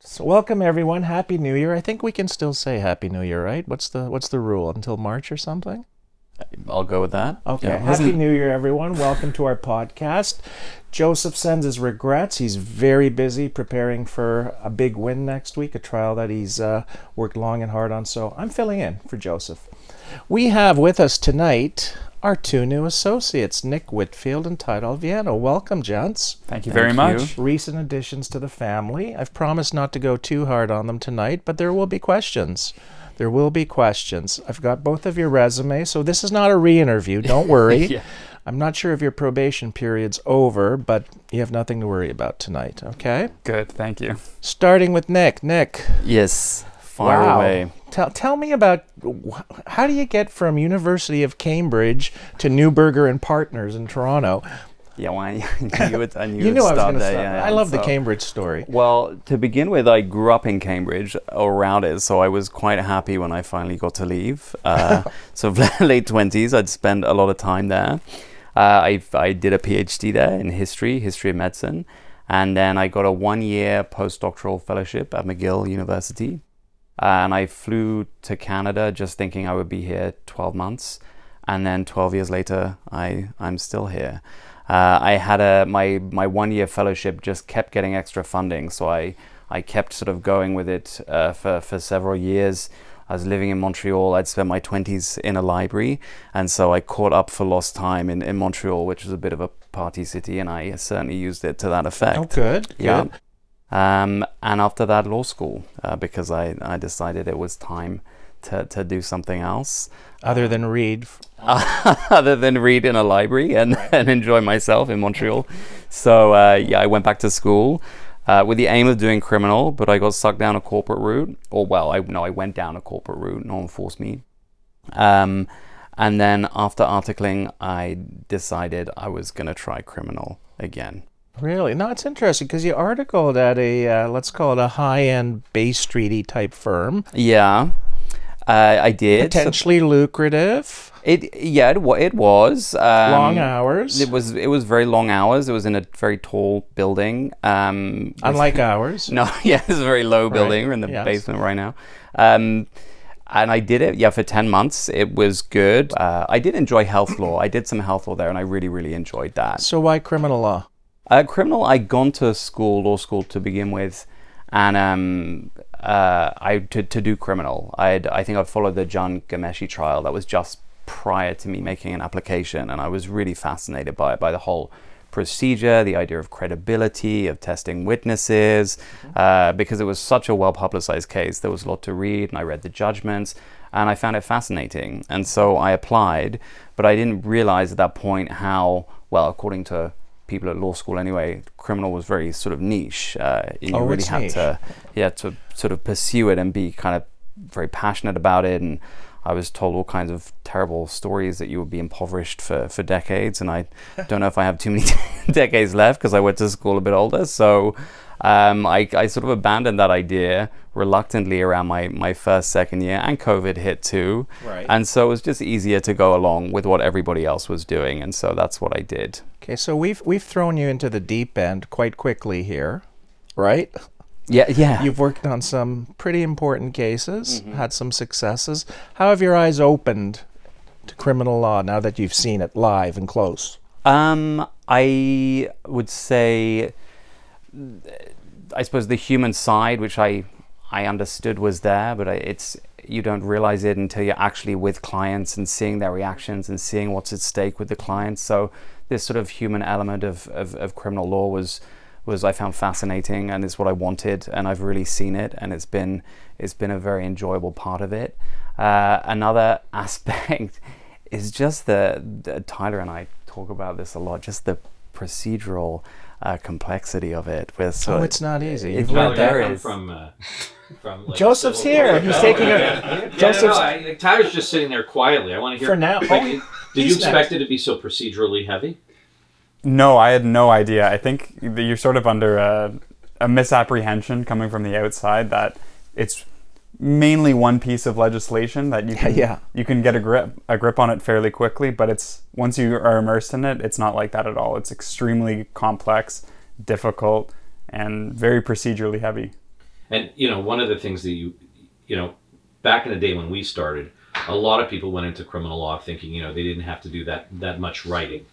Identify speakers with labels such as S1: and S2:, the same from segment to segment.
S1: So welcome everyone. Happy New Year. I think we can still say Happy New Year, right? What's the what's the rule until March or something?
S2: I'll go with that.
S1: Okay.
S2: Yeah.
S1: Happy New Year, everyone. Welcome to our podcast. Joseph sends his regrets. He's very busy preparing for a big win next week, a trial that he's uh, worked long and hard on. So I'm filling in for Joseph. We have with us tonight our two new associates, Nick Whitfield and Ty Alviano. Welcome, gents.
S2: Thank you very much.
S1: Recent additions to the family. I've promised not to go too hard on them tonight, but there will be questions. There will be questions. I've got both of your resumes, so this is not a re interview. Don't worry.
S2: Yeah.
S1: I'm not sure if your probation period's over, but you have nothing to worry about tonight, okay?
S2: Good. Thank you.
S1: Starting with Nick. Nick,
S2: Yes. Far
S1: wow.
S2: away.
S1: Tell, tell me about wh- how do you get from University of Cambridge to Newburger and Partners in Toronto?
S2: Yeah, well, I knew it. I knew
S1: You
S2: it
S1: knew I was
S2: stopped
S1: going to
S2: there,
S1: stop.
S2: yeah,
S1: I love the
S2: so-
S1: Cambridge story.
S2: Well, to begin with, I grew up in Cambridge around it, so I was quite happy when I finally got to leave. Uh, so, late 20s, I'd spent a lot of time there. Uh, I, I did a PhD there in history, history of medicine, and then I got a one year postdoctoral fellowship at McGill University. Uh, and I flew to Canada just thinking I would be here 12 months. And then 12 years later, I, I'm still here. Uh, I had a, my, my one year fellowship just kept getting extra funding. So I, I kept sort of going with it uh, for, for several years. I was living in Montreal. I'd spent my 20s in a library. And so I caught up for lost time in, in Montreal, which was a bit of a party city. And I certainly used it to that effect.
S1: Oh, good.
S2: Yeah.
S1: Good.
S2: Um, and after that, law school, uh, because I, I decided it was time to, to do something else
S1: Other than read.
S2: Uh, other than read in a library and, and enjoy myself in Montreal. So, uh, yeah, I went back to school uh, with the aim of doing criminal, but I got sucked down a corporate route. Or, well, I, no, I went down a corporate route, no one forced me. Um, and then after articling, I decided I was going to try criminal again.
S1: Really? No, it's interesting because you articled at a, uh, let's call it a high end Bay Streety type firm,
S2: Yeah, uh, I did. So-
S1: potentially lucrative,
S2: It yeah it, wa- it was um,
S1: long hours,
S2: It was it was very long hours. It was in a very tall building. Um, with-
S1: unlike ours.
S2: no, yeah, it's a very low building. We're in the
S1: yes.
S2: basement right now. Um, and I did it, yeah, for 10 months. It was good. Uh, I did enjoy health law. I did some health law there, and I really, really enjoyed that.
S1: So why criminal law?
S2: Uh, criminal, I'd gone to school, law school to begin with, and um, uh, I to, to do criminal. I'd, I think I followed the John Gameshi trial that was just prior to me making an application, and I was really fascinated by it, by the whole procedure, the idea of credibility, of testing witnesses, uh, because it was such a well publicized case. There was a lot to read, and I read the judgments and I found it fascinating. And so I applied, but I didn't realize at that point how, well, according to people at law school anyway, criminal was very sort of niche. Uh, you
S1: Oh,
S2: really
S1: it's
S2: had
S1: niche.
S2: to, yeah, to sort of pursue it and be kind of very passionate about it. And I was told all kinds of terrible stories that you would be impoverished for, for decades. And I don't know if I have too many decades left because I went to school a bit older. So um, I, I sort of abandoned that idea reluctantly around my, my first, second year, and COVID hit too.
S1: Right.
S2: And so it was just easier to go along with what everybody else was doing. And so that's what I did.
S1: Okay, so we've we've thrown you into the deep end quite quickly here, right?
S2: Yeah, yeah.
S1: You've worked on some pretty important cases,
S2: Mm-hmm.
S1: had some successes. How have your eyes opened to criminal law now that you've seen it live and close?
S2: Um, I would say, I suppose the human side, which I I understood was there, but I, it's you don't realize it until you're actually with clients and seeing their reactions and seeing what's at stake with the clients. So this sort of human element of of, of criminal law was was I found fascinating and it's what I wanted and I've really seen it and it's been it's been a very enjoyable part of it. Uh, another aspect is just the, the Tyler and I talk about this a lot, just the procedural uh, complexity of it. With
S1: Oh,
S2: sort
S1: it's not easy.
S2: it-
S1: You've
S2: well,
S1: learned
S3: Tyler,
S2: there
S3: I come
S2: is.
S3: From, uh, from like,
S1: Joseph's here. He's taking a.
S3: Yeah, no, no,
S1: Joseph's.
S3: I, like, Tyler's just sitting there quietly. I want to hear.
S1: For now.
S3: Like,
S1: Oh,
S3: did you
S1: he's
S3: expect
S1: next.
S3: it to be so procedurally heavy?
S4: No, I had no idea. I think that you're sort of under a, a misapprehension coming from the outside that it's mainly one piece of legislation that you can
S1: yeah.
S4: you can get a grip a grip on it fairly quickly, but it's once you are immersed in it, it's not like that at all. It's extremely complex, difficult, and very procedurally heavy.
S3: And you know, one of the things that you, you know, back in the day when we started, a lot of people went into criminal law thinking, you know, they didn't have to do that that much writing,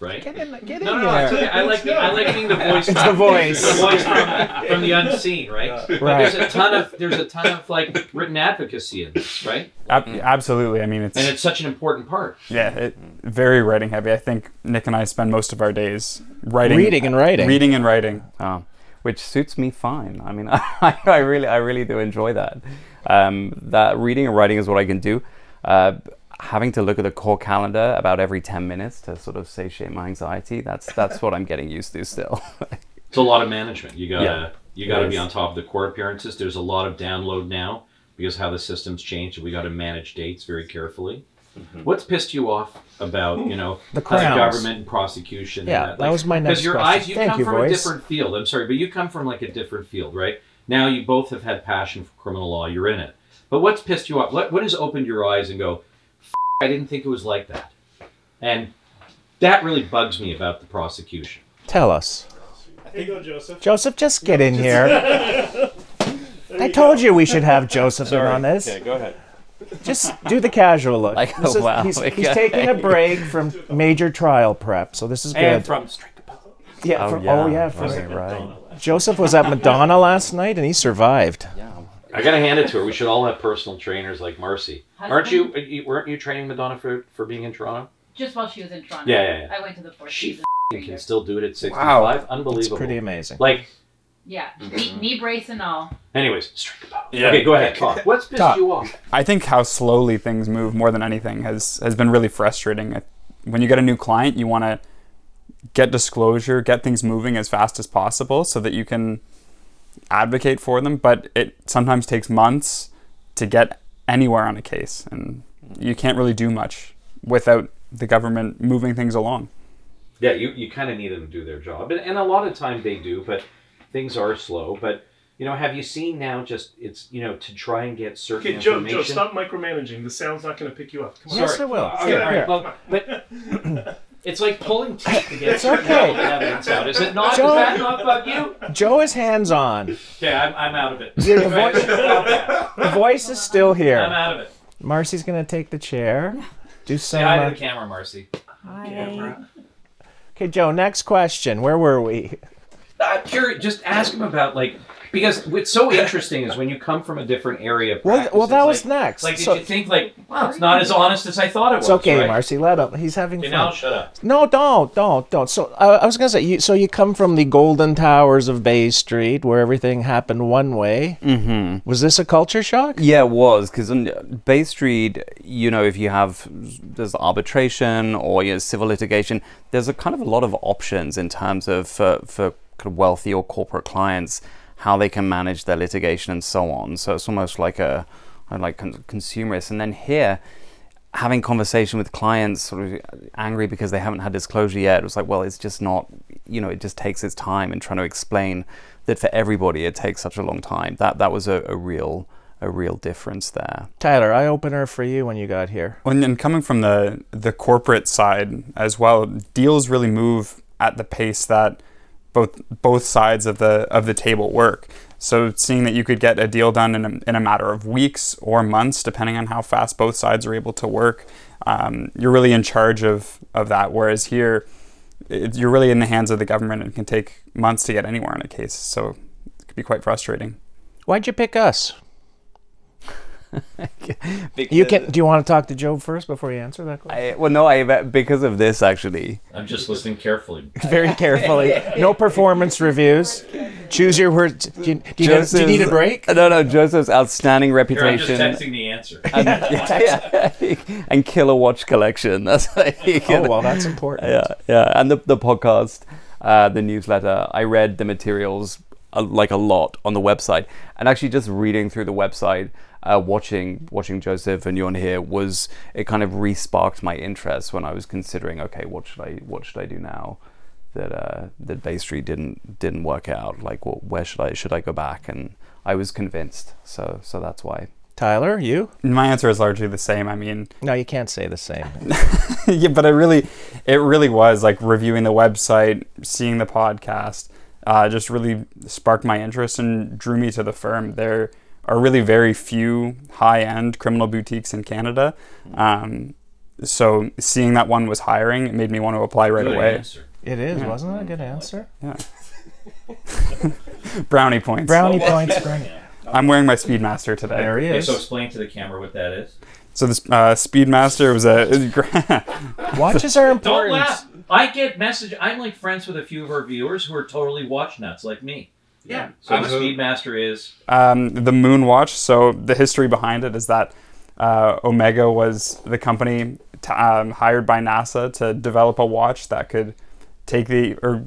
S3: right?
S1: Get in, get in
S3: No, no, no,
S1: there.
S3: it's okay. I like the, I like being the voice.
S1: It's the voice.
S3: the voice from, from the unseen, right? But
S1: Right.
S3: There's a ton of there's a ton of like written advocacy in this, right?
S4: Ab- absolutely. I mean, it's,
S3: Mm. And it's such an important part.
S4: yeah, it, very writing heavy. I think Nick and I spend most of our days writing,
S1: Reading and writing.
S4: reading and writing.
S2: Um, which suits me fine. I mean, I, I really, I really do enjoy that. Um, that reading and writing is what I can do. Uh, having to look at the core calendar about every ten minutes to sort of satiate my anxiety. That's that's what I'm getting used to still.
S3: It's a lot of management. You gotta
S2: Yeah.
S3: you gotta be
S2: Yes.
S3: on top of the court appearances. There's a lot of download now because how the system's changed. We gotta manage dates very carefully.
S5: Mm-hmm.
S3: What's pissed you off about you know
S1: The crowns.
S3: how government and prosecution?
S1: Yeah,
S3: and
S1: that was my next
S3: Because your
S1: question.
S3: eyes, you
S1: Thank
S3: come
S1: you,
S3: from
S1: voice.
S3: a different field. I'm sorry, but you come from like a different field, right? Now you both have had passion for criminal law. You're in it. But what's pissed you off? What, what has opened your eyes and go? I I didn't think it was like that, and that really bugs me about the prosecution.
S1: Tell us.
S5: Here you go, Joseph.
S1: Joseph, just get in here. I told you we should have Joseph in on this.
S5: Okay, go ahead.
S1: Just do the casual look.
S2: Like,
S1: This
S2: oh, wow,
S1: He's, he's
S2: okay.
S1: taking a break from major trial prep, so this is good.
S3: And from straight
S1: yeah, from, oh yeah, from,
S2: right, right.
S1: Joseph was at Madonna last night and he survived.
S3: I gotta hand it to her. We should all have personal trainers like Marcy. Aren't you, you? Weren't you training Madonna for for being in Toronto?
S6: Just while she was in Toronto.
S3: Yeah, yeah, yeah.
S6: I went to the fourth
S3: She
S6: season.
S3: You can still do it at
S4: Wow.
S3: sixty-five.
S1: It's
S3: Unbelievable.
S1: pretty amazing.
S3: Like,
S6: Yeah,
S3: Mm-hmm.
S6: knee, knee brace and all.
S3: anyways, straight up.
S5: Yeah.
S3: Okay, go ahead. Talk. What's pissed
S4: Talk.
S3: you off?
S4: I think how slowly things move more than anything has has been really frustrating. I- When you get a new client, you want to get disclosure, get things moving as fast as possible so that you can advocate for them, but it sometimes takes months to get anywhere on a case and you can't really do much without the government moving things along.
S3: Yeah, you, you kind of need them to do their job, and, and a lot of time they do, but things are slow. But you know, have you seen now? Just it's you know to try and get certain
S5: Okay, Joe,
S3: information.
S5: Joe, stop micromanaging. The sound's not going to pick you up. Come on.
S1: Yes, I will.
S3: All
S1: Here,
S3: right,
S1: here.
S3: all right, but, but it's like pulling teeth to get certain
S1: okay.
S3: relevant evidence out. Is it not?
S1: Joe-
S3: Does that not bug you?
S1: Joe is hands on.
S3: Okay, I'm, I'm out of it.
S1: Yeah, the voice- The voice is still
S3: I'm
S1: here.
S3: out of it.
S1: Marcy's gonna take the chair. Do
S3: Say
S1: some.
S3: hi to
S1: uh,
S3: the camera, Marcy.
S1: Okay, Joe. Next question. Where were we?
S3: I'm curious. Just ask him about like because what's so interesting is when you come from a different area. Of
S1: Well,
S3: practice,
S1: well, that
S3: it's
S1: was
S3: like,
S1: next.
S3: Like, did
S1: So-
S3: you think like, wow, it's not as honest as I thought it was?
S1: it's okay,
S3: right?
S1: Marcy. Let him. He's having
S3: Okay,
S1: fun.
S3: now shut up.
S1: No, don't, don't, don't. So I I was gonna say, you, so you come from the golden towers of Bay Street, where everything happened one way. Mm-hmm. Was this a culture shock?
S2: Yeah, it was because on Bay Street, you know, if you have there's arbitration or you know, civil litigation, there's a kind of a lot of options in terms of for, for kind of wealthy or corporate clients how they can manage their litigation and so on. So it's almost like a I like con- consumerist. And then here, having conversation with clients sort of angry because they haven't had disclosure yet it was like well it's just not you know it just takes its time and trying to explain that for everybody it takes such a long time that that was a, a real a real difference there
S1: Tyler, eye opener for you when you got here.
S4: Well, and- and coming from the the corporate side as well, deals really move at the pace that both both sides of the of the table work. So seeing that you could get a deal done in a, in a matter of weeks or months, depending on how fast both sides are able to work, um, you're really in charge of of that. Whereas here, it, you're really in the hands of the government and can take months to get anywhere on a case. So it could be quite frustrating.
S1: Why'd you pick us? You can. Do you want to talk to Joe first before you answer that question?
S2: I, eh, well no i because of this actually
S3: I'm just listening carefully.
S1: Very carefully. No performance reviews. Choose your words. Do you, do you need- do you need a
S2: Joseph's-
S1: break?
S2: no no joseph's outstanding
S3: Here, I'm just
S2: reputation
S3: texting the answer.
S2: and, yeah, and killer watch collection that's like
S1: Oh well, that's important.
S2: yeah, yeah. And the, the podcast, uh, the newsletter, I read the materials uh, like a lot on the website, and actually just reading through the website, uh, watching watching Joseph and you on here was it kind of re-sparked my interest when I was considering, okay, what should I what should I do now? That uh, that Bay Street didn't didn't work out. Like, what where should I should I go back? And I was convinced, so so that's why.
S1: Tyler, you?
S4: My answer is largely the same. I mean,
S1: No, you can't say the same.
S4: yeah, but I really, it really was like reviewing the website, seeing the podcast, uh, just really sparked my interest and drew me to the firm. There are really very few high end criminal boutiques in Canada. Um, so seeing that one was hiring, it made me want to apply right
S3: Good
S4: away.
S3: answer.
S1: It is. Wasn't that a good answer?
S4: Brownie points.
S1: Brownie points. Brownie.
S4: I'm wearing my Speedmaster today.
S1: There he
S3: Okay,
S1: is.
S3: so explain to the camera what that is.
S4: So this uh, Speedmaster was a
S1: Watches are
S3: Don't
S1: important.
S3: laugh. I get message. I'm like friends with a few of our viewers who are totally watch nuts like me. Yeah. So the Speedmaster is
S4: um, the Moon Watch. So the history behind it is that uh, Omega was the company t- um, hired by NASA to develop a watch that could take the or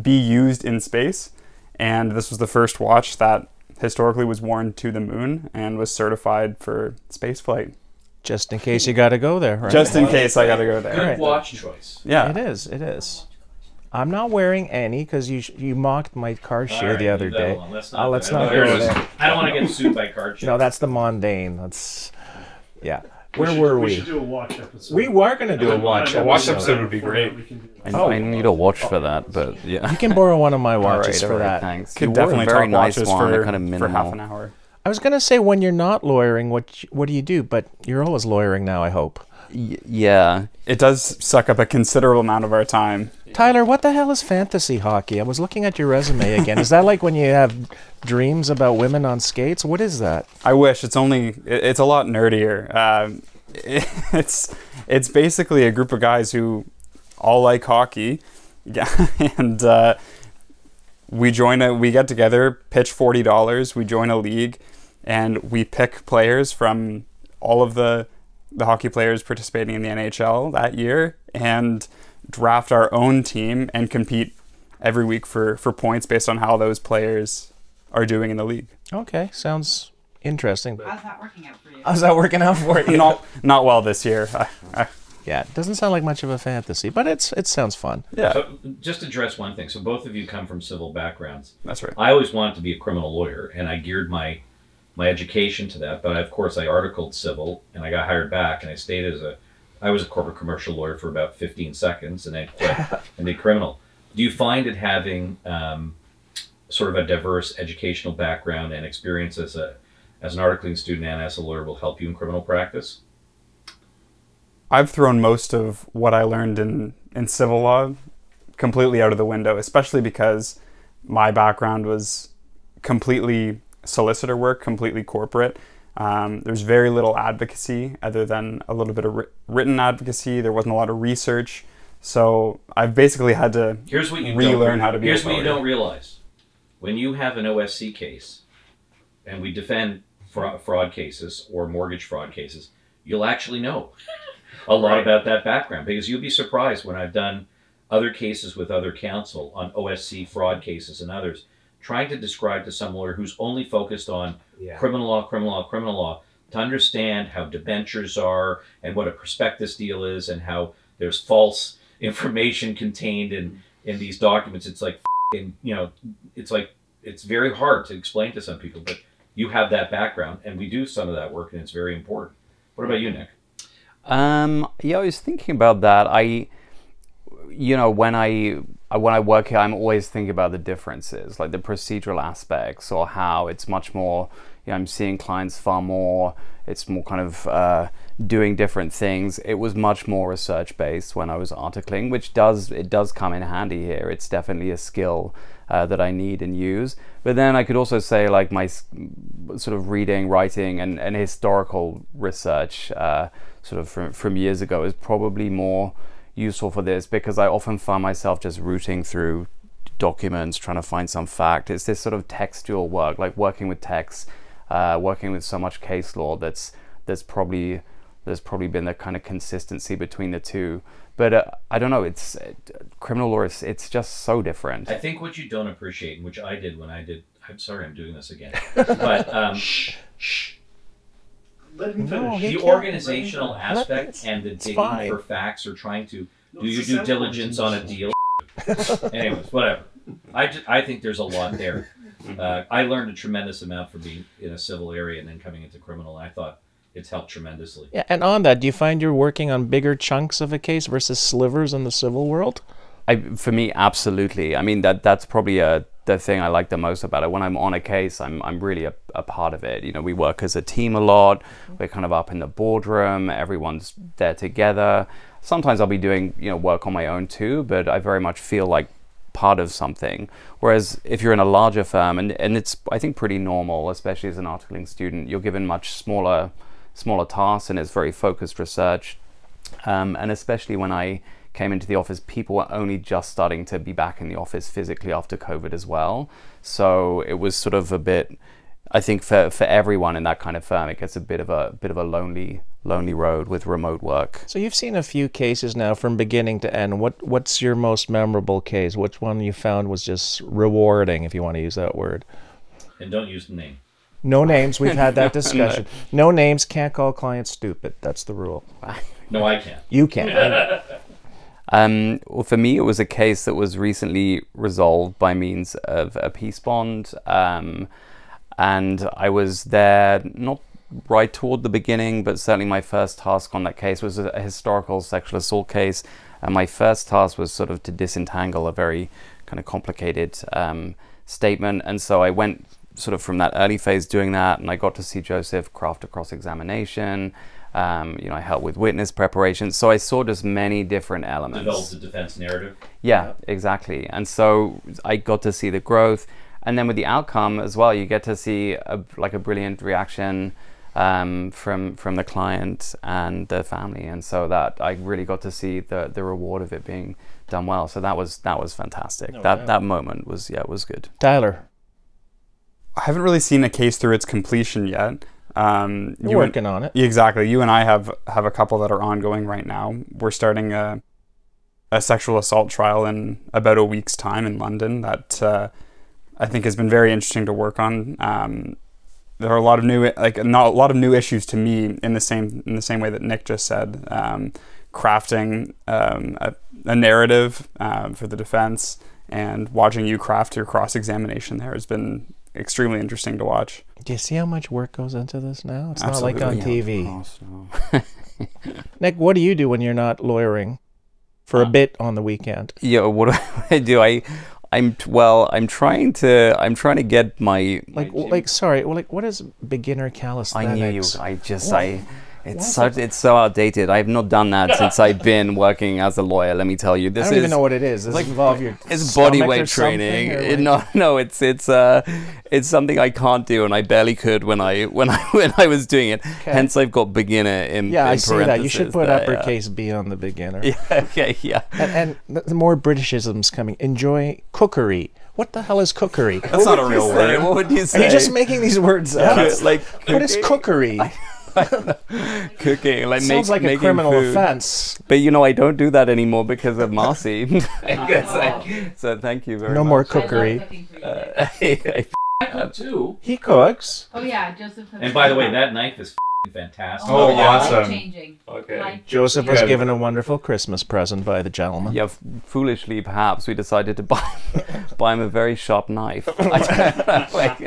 S4: be used in space, and this was the first watch that historically was worn to the moon and was certified for space flight.
S1: Just in case you got to go there, right?
S4: Just in case I gotta go there.
S3: good watch choice.
S4: Yeah.
S1: It is. It is. I'm not wearing any because you sh- you mocked my car
S3: All
S1: shoe
S3: right,
S1: the other
S3: leave that
S1: day.
S3: alone. Let's not,
S1: Oh,
S3: do
S1: let's
S3: that.
S1: not
S3: There
S1: go
S3: it is.
S1: there.
S3: I don't want to get sued by card
S1: No, that's the mundane. That's yeah. Where
S5: should-
S1: were
S5: we?
S1: we?
S5: should do a watch episode.
S1: We were gonna do a watch.
S5: A
S4: watch
S1: episode.
S4: episode would be great.
S5: We can do that.
S2: I,
S4: Oh.
S2: I need a watch for that, but yeah.
S1: You can borrow one of my watches
S2: All
S1: for
S2: right,
S1: that.
S2: Thanks.
S4: Could
S2: You wore a
S4: definitely
S2: very
S4: talk
S2: nice
S4: watches
S2: one, a
S4: for,
S2: kind of minimal.
S4: for half an hour.
S1: I was gonna say when you're not lawyering, what you- what do you do? But you're always lawyering now. I hope.
S2: Y- yeah.
S4: It does suck up a considerable amount of our time.
S1: Tyler, what the hell is fantasy hockey? I was looking at your resume again. is that like when you have dreams about women on skates? What is that?
S4: I wish it's only it- it's a lot nerdier. Um, it's it's basically a group of guys who all like hockey, yeah, and uh, we join a we get together, pitch forty dollars, we join a league, and we pick players from all of the the hockey players participating in the NHL that year, and draft our own team and compete every week for for points based on how those players are doing in the league.
S1: Okay, sounds interesting. But
S6: How's that working out for you?
S1: how's that working out for you?
S4: not not well this year. I, I,
S1: Yeah, it doesn't sound like much of a fantasy, but it's it sounds fun.
S4: yeah,
S3: So just address one thing. So both of you come from civil backgrounds.
S4: that's right.
S3: I always wanted to be a criminal lawyer, and I geared my my education to that. But I, of course, I articled civil, and I got hired back, and I stayed as a I was a corporate commercial lawyer for about 15 seconds, and then quit and did criminal. Do you find it having um, sort of a diverse educational background and experience as a as an articling student and as a lawyer will help you in criminal practice?
S4: I've thrown most of what I learned in in civil law completely out of the window, especially because my background was completely solicitor work, completely corporate. Um, there's very little advocacy other than a little bit of writ- written advocacy. There wasn't a lot of research, so I've basically had to
S3: Here's what you
S4: relearn
S3: don't,
S4: how to be. a
S3: Here's what you
S4: lawyer.
S3: don't realize: when you have an OSC case, and we defend fraud, fraud cases or mortgage fraud cases, you'll actually know a lot about that background because you'll be surprised when I've done other cases with other counsel on OSC fraud cases and others, trying to describe to some lawyer who's only focused on criminal law, criminal law, criminal law, to understand how debentures are and what a prospectus deal is and how there's false information contained in in these documents. It's like, fing, you know, it's like it's very hard to explain to some people, but you have that background, and we do some of that work, and it's very important. What about you, Nick?
S2: Um, yeah, I was thinking about that. I, you know, when I I- when I work here, I'm always thinking about the differences, like the procedural aspects, or how it's much more. You know, I'm seeing clients far more. It's more kind of uh, doing different things. It was much more research based when I was articling, which does it does come in handy here. It's definitely a skill uh, that I need and use. But then I could also say like my s- sort of reading, writing, and, and historical research, uh, sort of from, from years ago, is probably more useful for this because I often find myself just rooting through documents trying to find some fact. It's this sort of textual work, like working with text, uh, working with so much case law that's that's probably there's probably been that kind of consistency between the two. But uh, I don't know. It's uh, criminal law. Is, it's just so different.
S3: I think what you don't appreciate, and which I did when I did. I'm sorry, I'm doing this again, but um,
S5: Let him
S1: No,
S5: finish.
S1: he-
S3: the
S1: can't-
S3: organizational aspect and the digging
S1: fine.
S3: for facts or trying to
S5: No,
S3: do
S5: it's
S3: your
S5: a
S3: due
S5: sound
S3: diligence on a
S5: quality.
S3: deal. Anyways, whatever. I, ju- I think there's a lot there. Uh, I learned a tremendous amount from being in a civil area and then coming into criminal. I thought it's helped tremendously.
S1: Yeah, and on that, do you find you're working on bigger chunks of a case versus slivers in the civil world?
S2: I for me absolutely. I mean that that's probably uh the thing I like the most about it. When I'm on a case, I'm I'm really a, a part of it. You know, we work as a team a lot. We're kind of up in the boardroom. Everyone's there together. Sometimes I'll be doing you know work on my own too, but I very much feel like part of something. Whereas if you're in a larger firm, and, and it's I think pretty normal, especially as an articling student, you're given much smaller smaller tasks and it's very focused research. Um, and especially when I came into the office, people were only just starting to be back in the office physically after COVID as well. So it was sort of a bit. I think for, for everyone in that kind of firm, it gets a bit of a bit of a lonely lonely road with remote work.
S1: So you've seen a few cases now from beginning to end. What what's your most memorable case? Which one you found was just rewarding, if you want to use that word?
S3: And don't use the name.
S1: No names. We've had that discussion. no. names. Can't call clients stupid. That's the rule.
S3: No, I can't.
S1: You can't. I-
S2: Um, well, for me, it was a case that was recently resolved by means of a peace bond. Um, and I was there not right toward the beginning, but certainly my first task on that case was a, a historical sexual assault case. And my first task was sort of to disentangle a very kind of complicated um, statement. And so I went sort of from that early phase doing that, and I got to see Joseph craft a cross examination. Um, you know, I helped with witness preparation. So I saw just many different elements.
S3: Develop the defense narrative.
S2: Yeah, exactly. And so I got to see the growth, and then with the outcome as well, you get to see a, like a brilliant reaction um, from from the client and the family, and so that I really got to see the the reward of it being done well. So that was that was fantastic. that that moment was yeah was good.
S1: Tyler,
S4: I haven't really seen a case through its completion yet. Um,
S1: you're
S4: you and-
S1: working on it.
S4: Exactly. You and I have have a couple that are ongoing right now. We're starting a a sexual assault trial in about a week's time in London that uh, I think has been very interesting to work on. Um, there are a lot of new like not a lot of new issues to me in the same in the same way that Nick just said. Um, crafting um, a, a narrative um, for the defense and watching you craft your cross examination there has been extremely interesting to watch.
S1: Do you see how much work goes into this now? It's not like on
S4: Absolutely.
S1: TV. Nick, what do you do when you're not lawyering for a
S2: Uh,
S1: bit on the weekend?
S2: Yeah, what do I do? I I'm t- well. I'm trying to I'm trying to get my
S1: Like, like, sorry, well, like, what is beginner calisthenics?
S2: I knew you. I just I. It's so it's so outdated. I've not done that since I've been working as a lawyer. Let me tell you,
S1: I
S2: this
S1: don't
S2: is
S1: even know what it is. Does it involve your
S2: it's body
S1: stomach or
S2: weight
S1: something,
S2: training.
S1: or
S2: It-
S1: like-
S2: no, no, it's it's uh, it's something I can't do, and I barely could when I when I when I was doing it. Hence, I've got beginner in
S1: Yeah, I
S2: in
S1: see that. You should
S2: parentheses
S1: put
S2: there,
S1: uppercase B on the beginner.
S2: Yeah. okay, yeah.
S1: And, and the- the more Britishisms coming. Enjoy cookery. What the hell is cookery?
S4: That's not a real
S2: Say, What would you
S1: Are
S2: say?
S1: you just making these words up?
S2: Cook- like
S1: what is cookery?
S2: cooking? Like make,
S1: Sounds like a
S2: making
S1: criminal
S2: food.
S1: offense.
S2: But you know, I don't do that anymore because of Marcy. I guess I- so thank you very
S1: No more
S2: much. Uh,
S1: cookery.
S6: I love cooking for you.
S2: more.
S3: I cook too.
S1: He cooks.
S6: oh yeah, Joseph.
S3: Uh, And by the way, that knife is f***ing fantastic.
S4: Oh, yeah.
S6: Life
S4: awesome.
S6: changing.
S2: okay.
S1: Joseph was given a wonderful Christmas present by the gentleman.
S2: Yeah, f- foolishly perhaps we decided to buy buy him a very sharp knife. I don't know, like,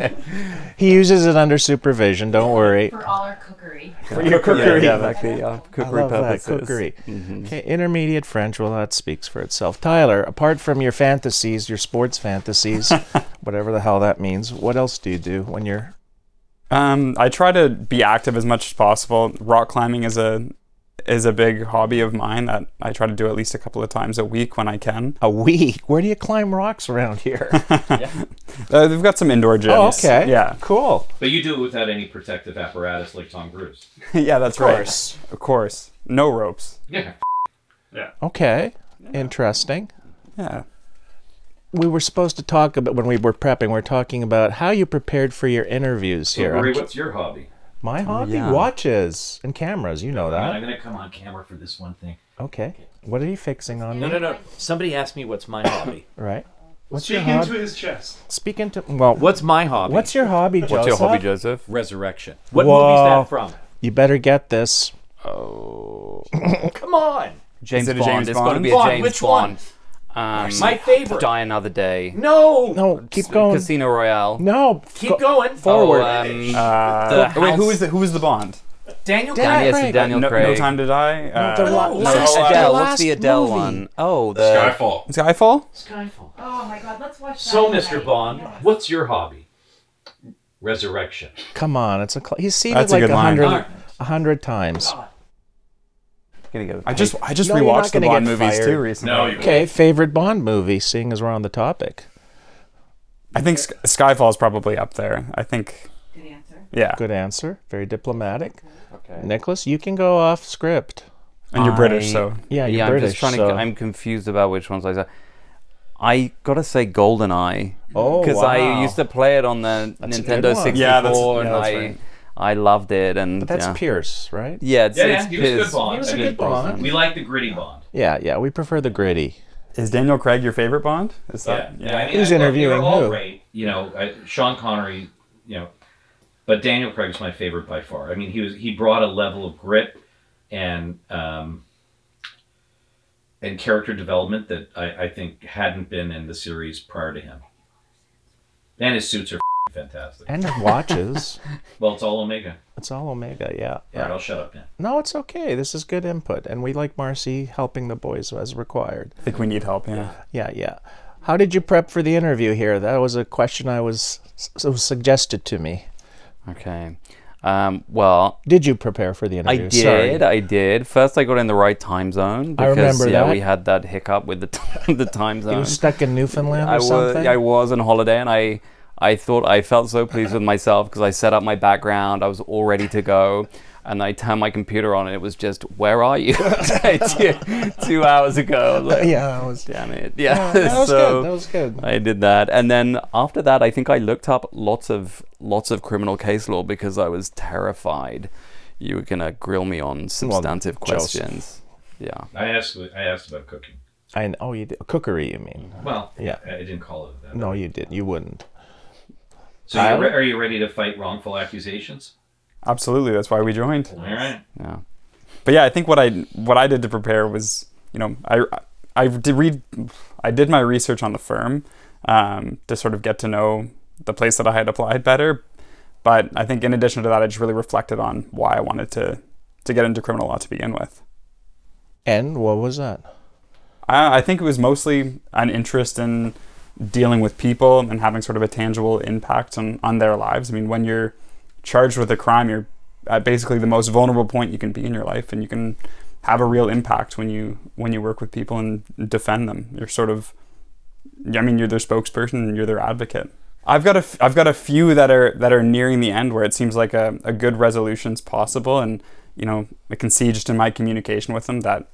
S1: He uses it under supervision. Don't worry.
S6: for all our cookery.
S1: For your cookery.
S2: Yeah, yeah, exactly. Yeah,
S1: I
S2: cookery
S1: love that
S2: purposes.
S1: cookery. Okay, intermediate French. Well, that speaks for itself. Tyler, apart from your fantasies, your sports fantasies, whatever the hell that means, what else do you do when you're?
S4: Um, I try to be active as much as possible. Rock climbing is a is a big hobby of mine that I try to do at least a couple of times a week when I can.
S1: A week. Where do you climb rocks around here?
S4: Uh, they've got some indoor gyms.
S1: Oh, okay.
S4: Yeah.
S1: Cool.
S3: But you do it without any protective apparatus like Tom Cruise.
S4: yeah, that's
S1: Of
S4: right.
S1: course.
S4: Of course. No ropes.
S3: Yeah.
S1: Okay. Interesting.
S4: Yeah.
S1: We were supposed to talk about when we were prepping. We are talking about how you prepared for your interviews
S3: So,
S1: here.
S3: Rory, what's your hobby?
S1: My hobby
S2: yeah.
S1: watches and cameras. You know
S3: Man, I'm
S1: that.
S3: gonna come on camera for this one thing.
S1: Okay. What are you fixing on
S7: No,
S1: me?
S7: no, no. Somebody asked me what's my hobby.
S1: Right. What's your
S5: Speak
S1: hobby?
S5: into his chest.
S1: Speaking to well,
S7: What's my hobby?
S1: what's your hobby, Joseph?
S2: What's your hobby, Joseph?
S7: resurrection? What
S1: Whoa.
S7: movie is that from?
S1: You better get this.
S7: Come on.
S2: James
S4: it a
S2: Bond.
S4: James
S2: It's got to
S4: Bond?
S2: be a
S7: Bond,
S2: James
S7: which
S2: Bond.
S7: one?
S2: Um,
S7: My favorite.
S2: Die Another Day.
S7: No.
S1: No, keep going.
S2: Casino Royale.
S1: No,
S7: Keep
S1: go-
S7: going.
S1: forward.
S2: Oh, um,
S4: Uh,
S2: The
S4: wait, who
S2: house-
S4: is the who is the Bond?
S7: Daniel.
S1: Daniel
S3: uh,
S7: Craig.
S2: Yes,
S1: Craig.
S2: Daniel
S4: no,
S2: Craig.
S4: no Time to Die. Uh,
S1: the la-
S4: no,
S1: last-
S4: uh,
S2: Adele.
S1: the
S2: What's the
S1: last
S2: Adele
S1: movie.
S2: one? Oh, the
S3: Skyfall.
S4: Skyfall.
S3: Skyfall.
S6: Oh my God, let's watch.
S3: So,
S6: that
S3: Mr.
S6: tonight.
S3: Bond,
S6: Yes.
S3: what's your hobby? Resurrection.
S1: Come on, it's a cl- he's seen
S4: That's a
S1: it like
S4: good
S1: a
S4: line.
S1: hundred,
S3: Alright.
S1: a hundred times.
S2: Gonna go
S4: I just I just
S1: No, you're not
S4: rewatched the
S1: gonna
S4: Bond
S1: get
S4: movies
S1: fired.
S4: too recently.
S3: No, you
S1: Okay, favorite Bond movie. Seeing as we're on the topic,
S4: I think Sk- Skyfall's probably up there. I think
S6: Good answer.
S4: yeah.
S1: good answer. Very diplomatic.
S2: Okay.
S1: Nicholas, you can go off script.
S4: And you're British,
S2: I-
S4: so
S1: Yeah, you're
S2: yeah,
S1: British.
S2: I'm just trying
S1: so.
S2: to. I'm confused about which ones I said. I gotta say GoldenEye
S1: oh,
S2: because I
S1: wow.
S2: used to play it on the
S1: That's a good
S2: Nintendo
S1: one.
S2: 64,
S4: Yeah, that's-
S2: and
S4: yeah, that's
S2: I
S4: right.
S2: I loved it. And
S1: But that's
S2: yeah.
S1: Pierce, right?
S2: Yeah, it's,
S3: Yeah,
S2: it's
S3: yeah, he was a good
S2: Pierce.
S3: Bond. He was a
S1: good Bond.
S3: We like the gritty Bond.
S1: Yeah, yeah. We prefer the gritty.
S4: is Daniel Craig your favorite Bond? Is that
S3: yeah. I mean,
S1: Who's
S3: I- look,
S1: interviewing
S3: they were all
S1: who?
S3: Great. You know, I, Sean Connery. You know, but Daniel Craig's my favorite by far. I mean, he was he brought a level of grit and um, and character development that I, I think hadn't been in the series prior to him. And his suits are f***ing fantastic.
S1: And watches.
S3: Well, it's all Omega.
S1: it's all Omega. Yeah.
S3: All right, I'll shut up now.
S1: No, it's okay. This is good input, and we like Marcy helping the boys as required.
S4: I think we need help. Yeah.
S1: Yeah, yeah. How did you prep for the interview here? That was a question I was so suggested to me.
S2: Okay. Um, well,
S1: Did you prepare for the
S2: I
S1: interview?
S2: did.
S1: Sorry.
S2: I did. First, I got in the right time zone
S1: I
S2: because
S1: remember
S2: yeah,
S1: that.
S2: we had that hiccup with the t- the time
S1: You
S2: zone.
S1: were stuck in Newfoundland or
S2: Um, I was
S1: something?
S2: I was on holiday and I I thought I felt so pleased with myself because I set up my background. I was all ready to go. And I turned my computer on, and it was just, "Where are you?" two, two hours ago. I was like,
S1: yeah, I was.
S2: damn it. Yeah.
S1: That was
S2: so
S1: good. That was good.
S2: I did that, and then after that, I think I looked up lots of lots of criminal case law because I was terrified you were gonna grill me on substantive
S1: Joseph.
S2: questions. Yeah.
S3: I asked I asked about cooking.
S1: I kn- oh, you did cookery. You mean?
S3: Well,
S1: Yeah.
S3: I I didn't call it that.
S1: No, you didn't. You wouldn't.
S3: So, you're
S1: I-
S3: re- are you ready to fight wrongful accusations?
S4: Absolutely. That's why we joined.
S3: All right.
S2: Yeah.
S4: But yeah, I think what I what I did to prepare was you know I I did read I did my research on the firm um, to sort of get to know the place that I had applied better. But I think in addition to that, I just really reflected on why I wanted to to get into criminal law to begin with.
S1: And what was that?
S4: I, I think it was mostly an interest in dealing with people and having sort of a tangible impact on, on their lives. I mean, when you're charged with a crime, you're at basically the most vulnerable point you can be in your life, and you can have a real impact when you when you work with people and defend them. You're sort of, I mean, you're their spokesperson and you're their advocate. I've got a f- I've got a few that are that are nearing the end where it seems like a, a good resolution's possible and you know I can see just in my communication with them that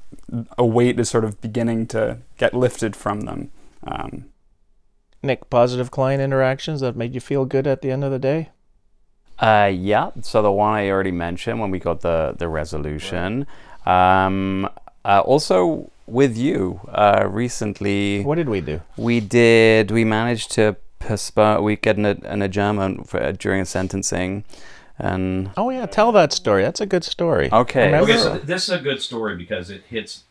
S4: a weight is sort of beginning to get lifted from them. Um,
S1: Nick, positive client interactions that made you feel good at the end of the day?
S2: Uh, yeah. So the one I already mentioned when we got the the resolution. Um, uh, also with you uh, recently.
S1: What did we do?
S2: We did. We managed to postpone. We get an, an adjournment for, uh, during sentencing, and
S1: Oh, yeah, tell that story. That's a good story.
S2: Okay.
S1: Remember?
S3: Okay, so th- this is a good story because it hits,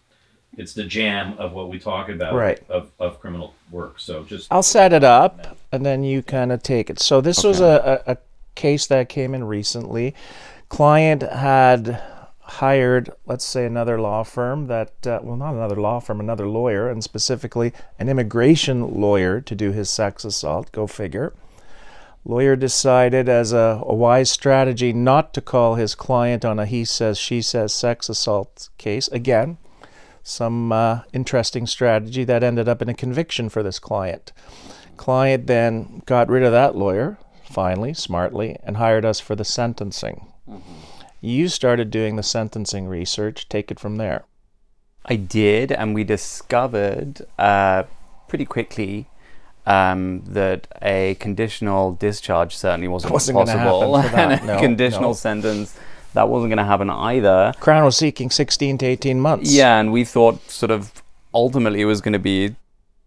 S3: it's the jam of what we talk about
S1: Right. Oh,
S3: of, of criminal work. So just
S1: I'll set it up and then you kind of take it. So this was a, a, a case that came in recently. Client had hired, let's say, another law firm that, uh, well, not another law firm, another lawyer, and specifically an immigration lawyer to do his sex assault. Go figure. Lawyer decided, as a, a wise strategy, not to call his client on a he says, she says sex assault case. Again, some uh, interesting strategy that ended up in a conviction for this client. Client then got rid of that lawyer, finally, smartly, and hired us for the sentencing.
S2: Mm-hmm.
S1: You started doing the sentencing research. Take it from there.
S2: I did, and we discovered uh, pretty quickly um, that a conditional discharge certainly wasn't,
S1: Wasn't gonna
S2: possible,
S1: happen for that,
S2: and a
S1: no,
S2: conditional
S1: no.
S2: sentence that wasn't going to happen either.
S1: Crown was seeking 16 to 18 months.
S2: Yeah, and we thought sort of ultimately it was going to be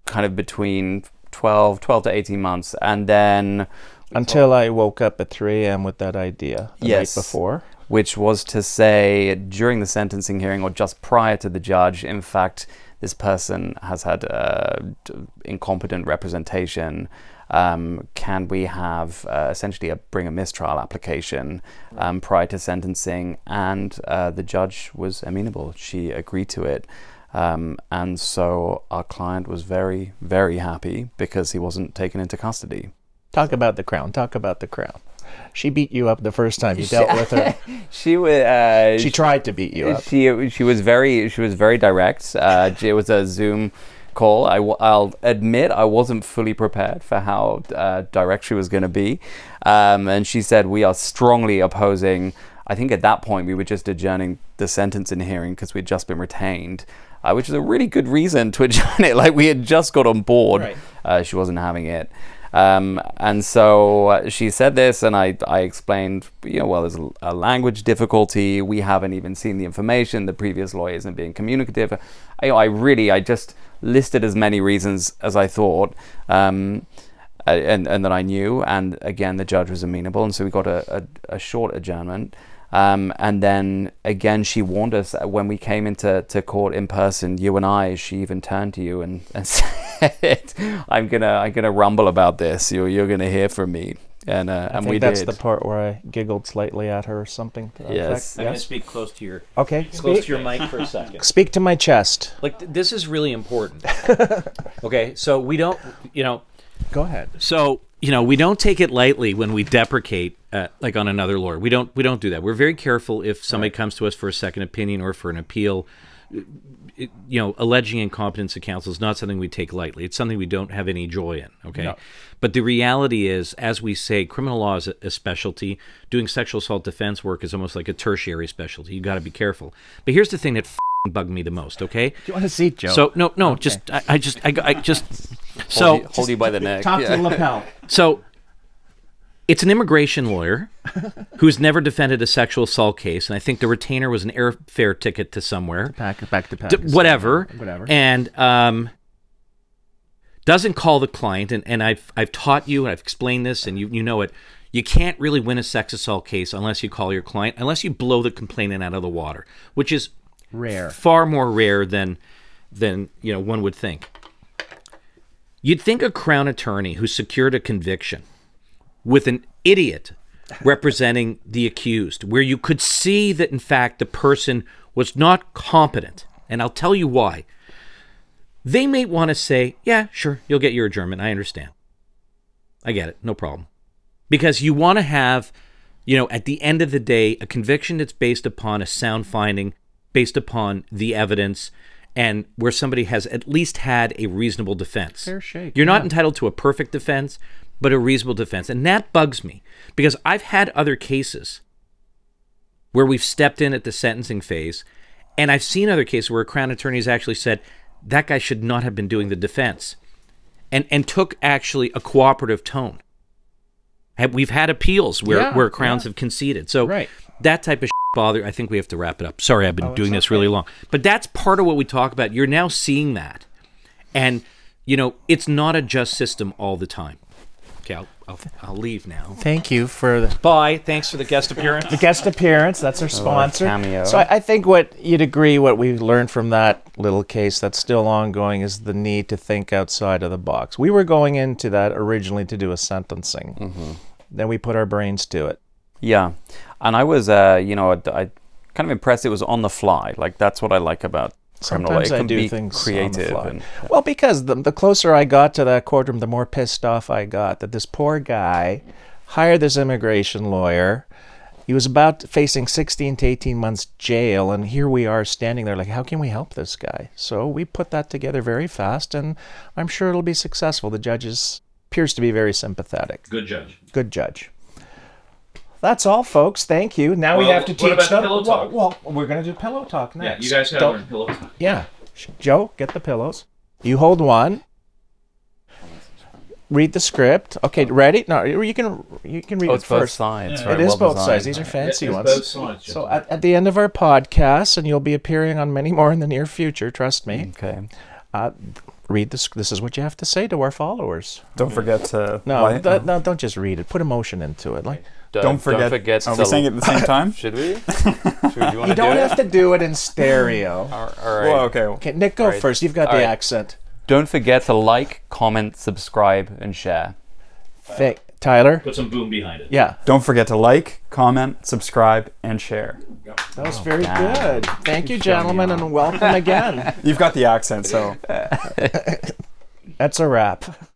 S2: kind of between 12, 12 to eighteen months, and then.
S1: Until I woke up at 3 a.m. with that idea the
S2: Yes.
S1: night before.
S2: which was to say during the sentencing hearing or just prior to the judge, in fact, this person has had uh, d- incompetent representation. um, can we have uh, essentially a bring a mistrial application um, prior to sentencing? And uh, the judge was amenable. She agreed to it. Um, and so our client was very, very happy because he wasn't taken into custody.
S1: Talk about the crown. Talk about the crown. She beat you up the first time you dealt with her.
S2: She was. Uh,
S1: She tried to beat you up.
S2: She she was very she was very direct. Uh, it was a Zoom call. I w- I'll admit I wasn't fully prepared for how uh, direct she was going to be, um, and she said we are strongly opposing. I think at that point we were just adjourning the sentence in hearing because we'd just been retained, uh, which is a really good reason to adjourn it. Like we had just got on board. Uh, she wasn't having it. Um, and so uh, she said this, and I, I explained, you know, well, there's a- a language difficulty. We haven't even seen the information. The previous lawyer isn't being communicative. I, I really, I just listed as many reasons as I thought, um, a- and, and that I knew. And again, the judge was amenable. And so we got a, a, a short adjournment. Um, and then again, she warned us that when we came into to court in person, you and I. She even turned to you and, and said, "I'm gonna I'm gonna rumble about this. You're you're gonna hear from me." And uh,
S1: I
S2: and
S1: think
S2: we
S1: that's
S2: did.
S1: the part where I giggled slightly at her or something. to that
S2: Yes.
S1: effect.
S3: I'm gonna
S1: Yes.
S3: speak close to your
S1: Okay.
S3: close
S1: Speak,
S3: to your mic for a second.
S1: speak to my chest.
S3: Like th- this is really important. Okay, so we don't, you know,
S1: Go ahead.
S3: so you know we don't take it lightly when we deprecate uh, like on another lawyer we don't we don't do that we're very careful if somebody comes to us for a second opinion or for an appeal it, you know alleging incompetence of counsel is not something we take lightly it's something we don't have any joy in okay but the reality is as we say criminal law is a, a specialty doing sexual assault defense work is almost like a tertiary specialty you got to be careful but here's the thing that f***ing bugged me the most okay
S1: Do you want to see Joe?
S3: so no no just I, I just I, I just so
S2: hold, you, hold you by the neck.
S1: Talk
S2: yeah.
S1: to the lapel.
S3: so it's an immigration lawyer who's never defended a sexual assault case, and I think the retainer was an airfare ticket to somewhere,
S1: Pack, back to pack.
S3: D- whatever,
S1: Whatever.
S3: and um, doesn't call the client. And, and I've I've taught you, and I've explained this, and you you know it. You can't really win a sex assault case unless you call your client, unless you blow the complainant out of the water, which is
S1: Rare.
S3: far more rare than than you know one would think. You'd think a crown attorney who secured a conviction with an idiot representing the accused, where you could see that in fact the person was not competent, and I'll tell you why. They may want to say, "Yeah, sure, you'll get your adjournment. I understand. I get it. No problem." Because you want to have, you know, at the end of the day, a conviction that's based upon a sound finding based upon the evidence and where somebody has at least had a reasonable defense.
S1: Fair shake,
S3: You're not
S1: yeah.
S3: entitled to a perfect defense, but a reasonable defense. And that bugs me because I've had other cases where we've stepped in at the sentencing phase, and I've seen other cases where a Crown attorney's actually said, that guy should not have been doing the defense and, and took actually a cooperative tone. Have- We've had appeals where,
S1: Yeah,
S3: where crowns
S1: yeah.
S3: have conceded. So
S1: Right.
S3: that type of shit bother. I think we have to wrap it up. Sorry, I've been
S1: Oh,
S3: doing
S1: it's
S3: this really long, but that's part of what we talk about. You're now seeing that, and you know it's not a just system all the time. Okay, I'll, I'll, I'll leave now.
S1: Thank you for the
S3: Bye. Thanks for the guest appearance.
S1: the guest appearance. That's our sponsor.
S2: cameo.
S1: So I, I think what you'd agree, what we learned from that little case that's still ongoing, is the need to think outside of the box. We were going into that originally to do a sentencing. Then we put our brains to it.
S2: Yeah, and I was, uh, you know, I, I kind of impressed. It was on the fly. Like that's what I like about criminal. law.
S1: Sometimes
S2: it
S1: I
S2: can
S1: do
S2: be
S1: things on the
S2: creative.
S1: fly.
S2: And,
S1: Well, because the, the closer I got to that courtroom, the more pissed off I got that this poor guy hired this immigration lawyer. He was about facing 16 to 18 months jail, and here we are standing there like, how can we help this guy? So we put that together very fast, and I'm sure it'll be successful. The judge is, appears to be very sympathetic.
S5: Good judge.
S1: Good judge. That's all, folks. Thank you. Now we
S5: Well,
S1: have to
S5: what
S1: teach
S5: about
S1: them. well,
S5: pillow talk?
S1: well, we're going to do pillow talk
S5: Yeah,
S1: next.
S5: you guys gotta
S1: Don't-
S5: learn pillow talk.
S1: yeah. Sh- Joe, get the pillows. You hold one. Read the script. Okay, ready? No, you can you can read
S2: oh,
S1: it
S2: it's both
S1: first.
S2: sides.
S1: It
S2: right,
S1: is
S2: well
S1: both
S2: designed.
S1: sides. These are fancy
S5: It's
S1: ones.
S5: both sides,
S1: so
S5: gentlemen.
S1: at, at the end of our podcast, and you'll be appearing on many more in the near future. Trust me.
S2: Okay.
S1: Uh, read this. This is what you have to say to our followers.
S4: Don't forget to
S1: No,
S4: like-
S2: Oh.
S1: th- no, don't just read it. Put emotion into it. Like
S4: don't forget.
S2: to
S4: are we saying it at the same time?
S2: Should we? Should, you want
S1: you don't have to do it in stereo.
S2: All right.
S4: Well, okay.
S1: Okay, Nick, go
S2: All right.
S1: first. You've got
S2: All
S1: the
S2: right.
S1: accent.
S2: Don't forget to like, comment, subscribe, and share.
S1: Thank Tyler.
S3: Put some boom behind it.
S1: Yeah,
S4: Don't forget to like, comment, subscribe, and share.
S1: that was very good. Oh, Thank you, gentlemen, and welcome again.
S4: You've got the accent, so.
S1: That's a wrap.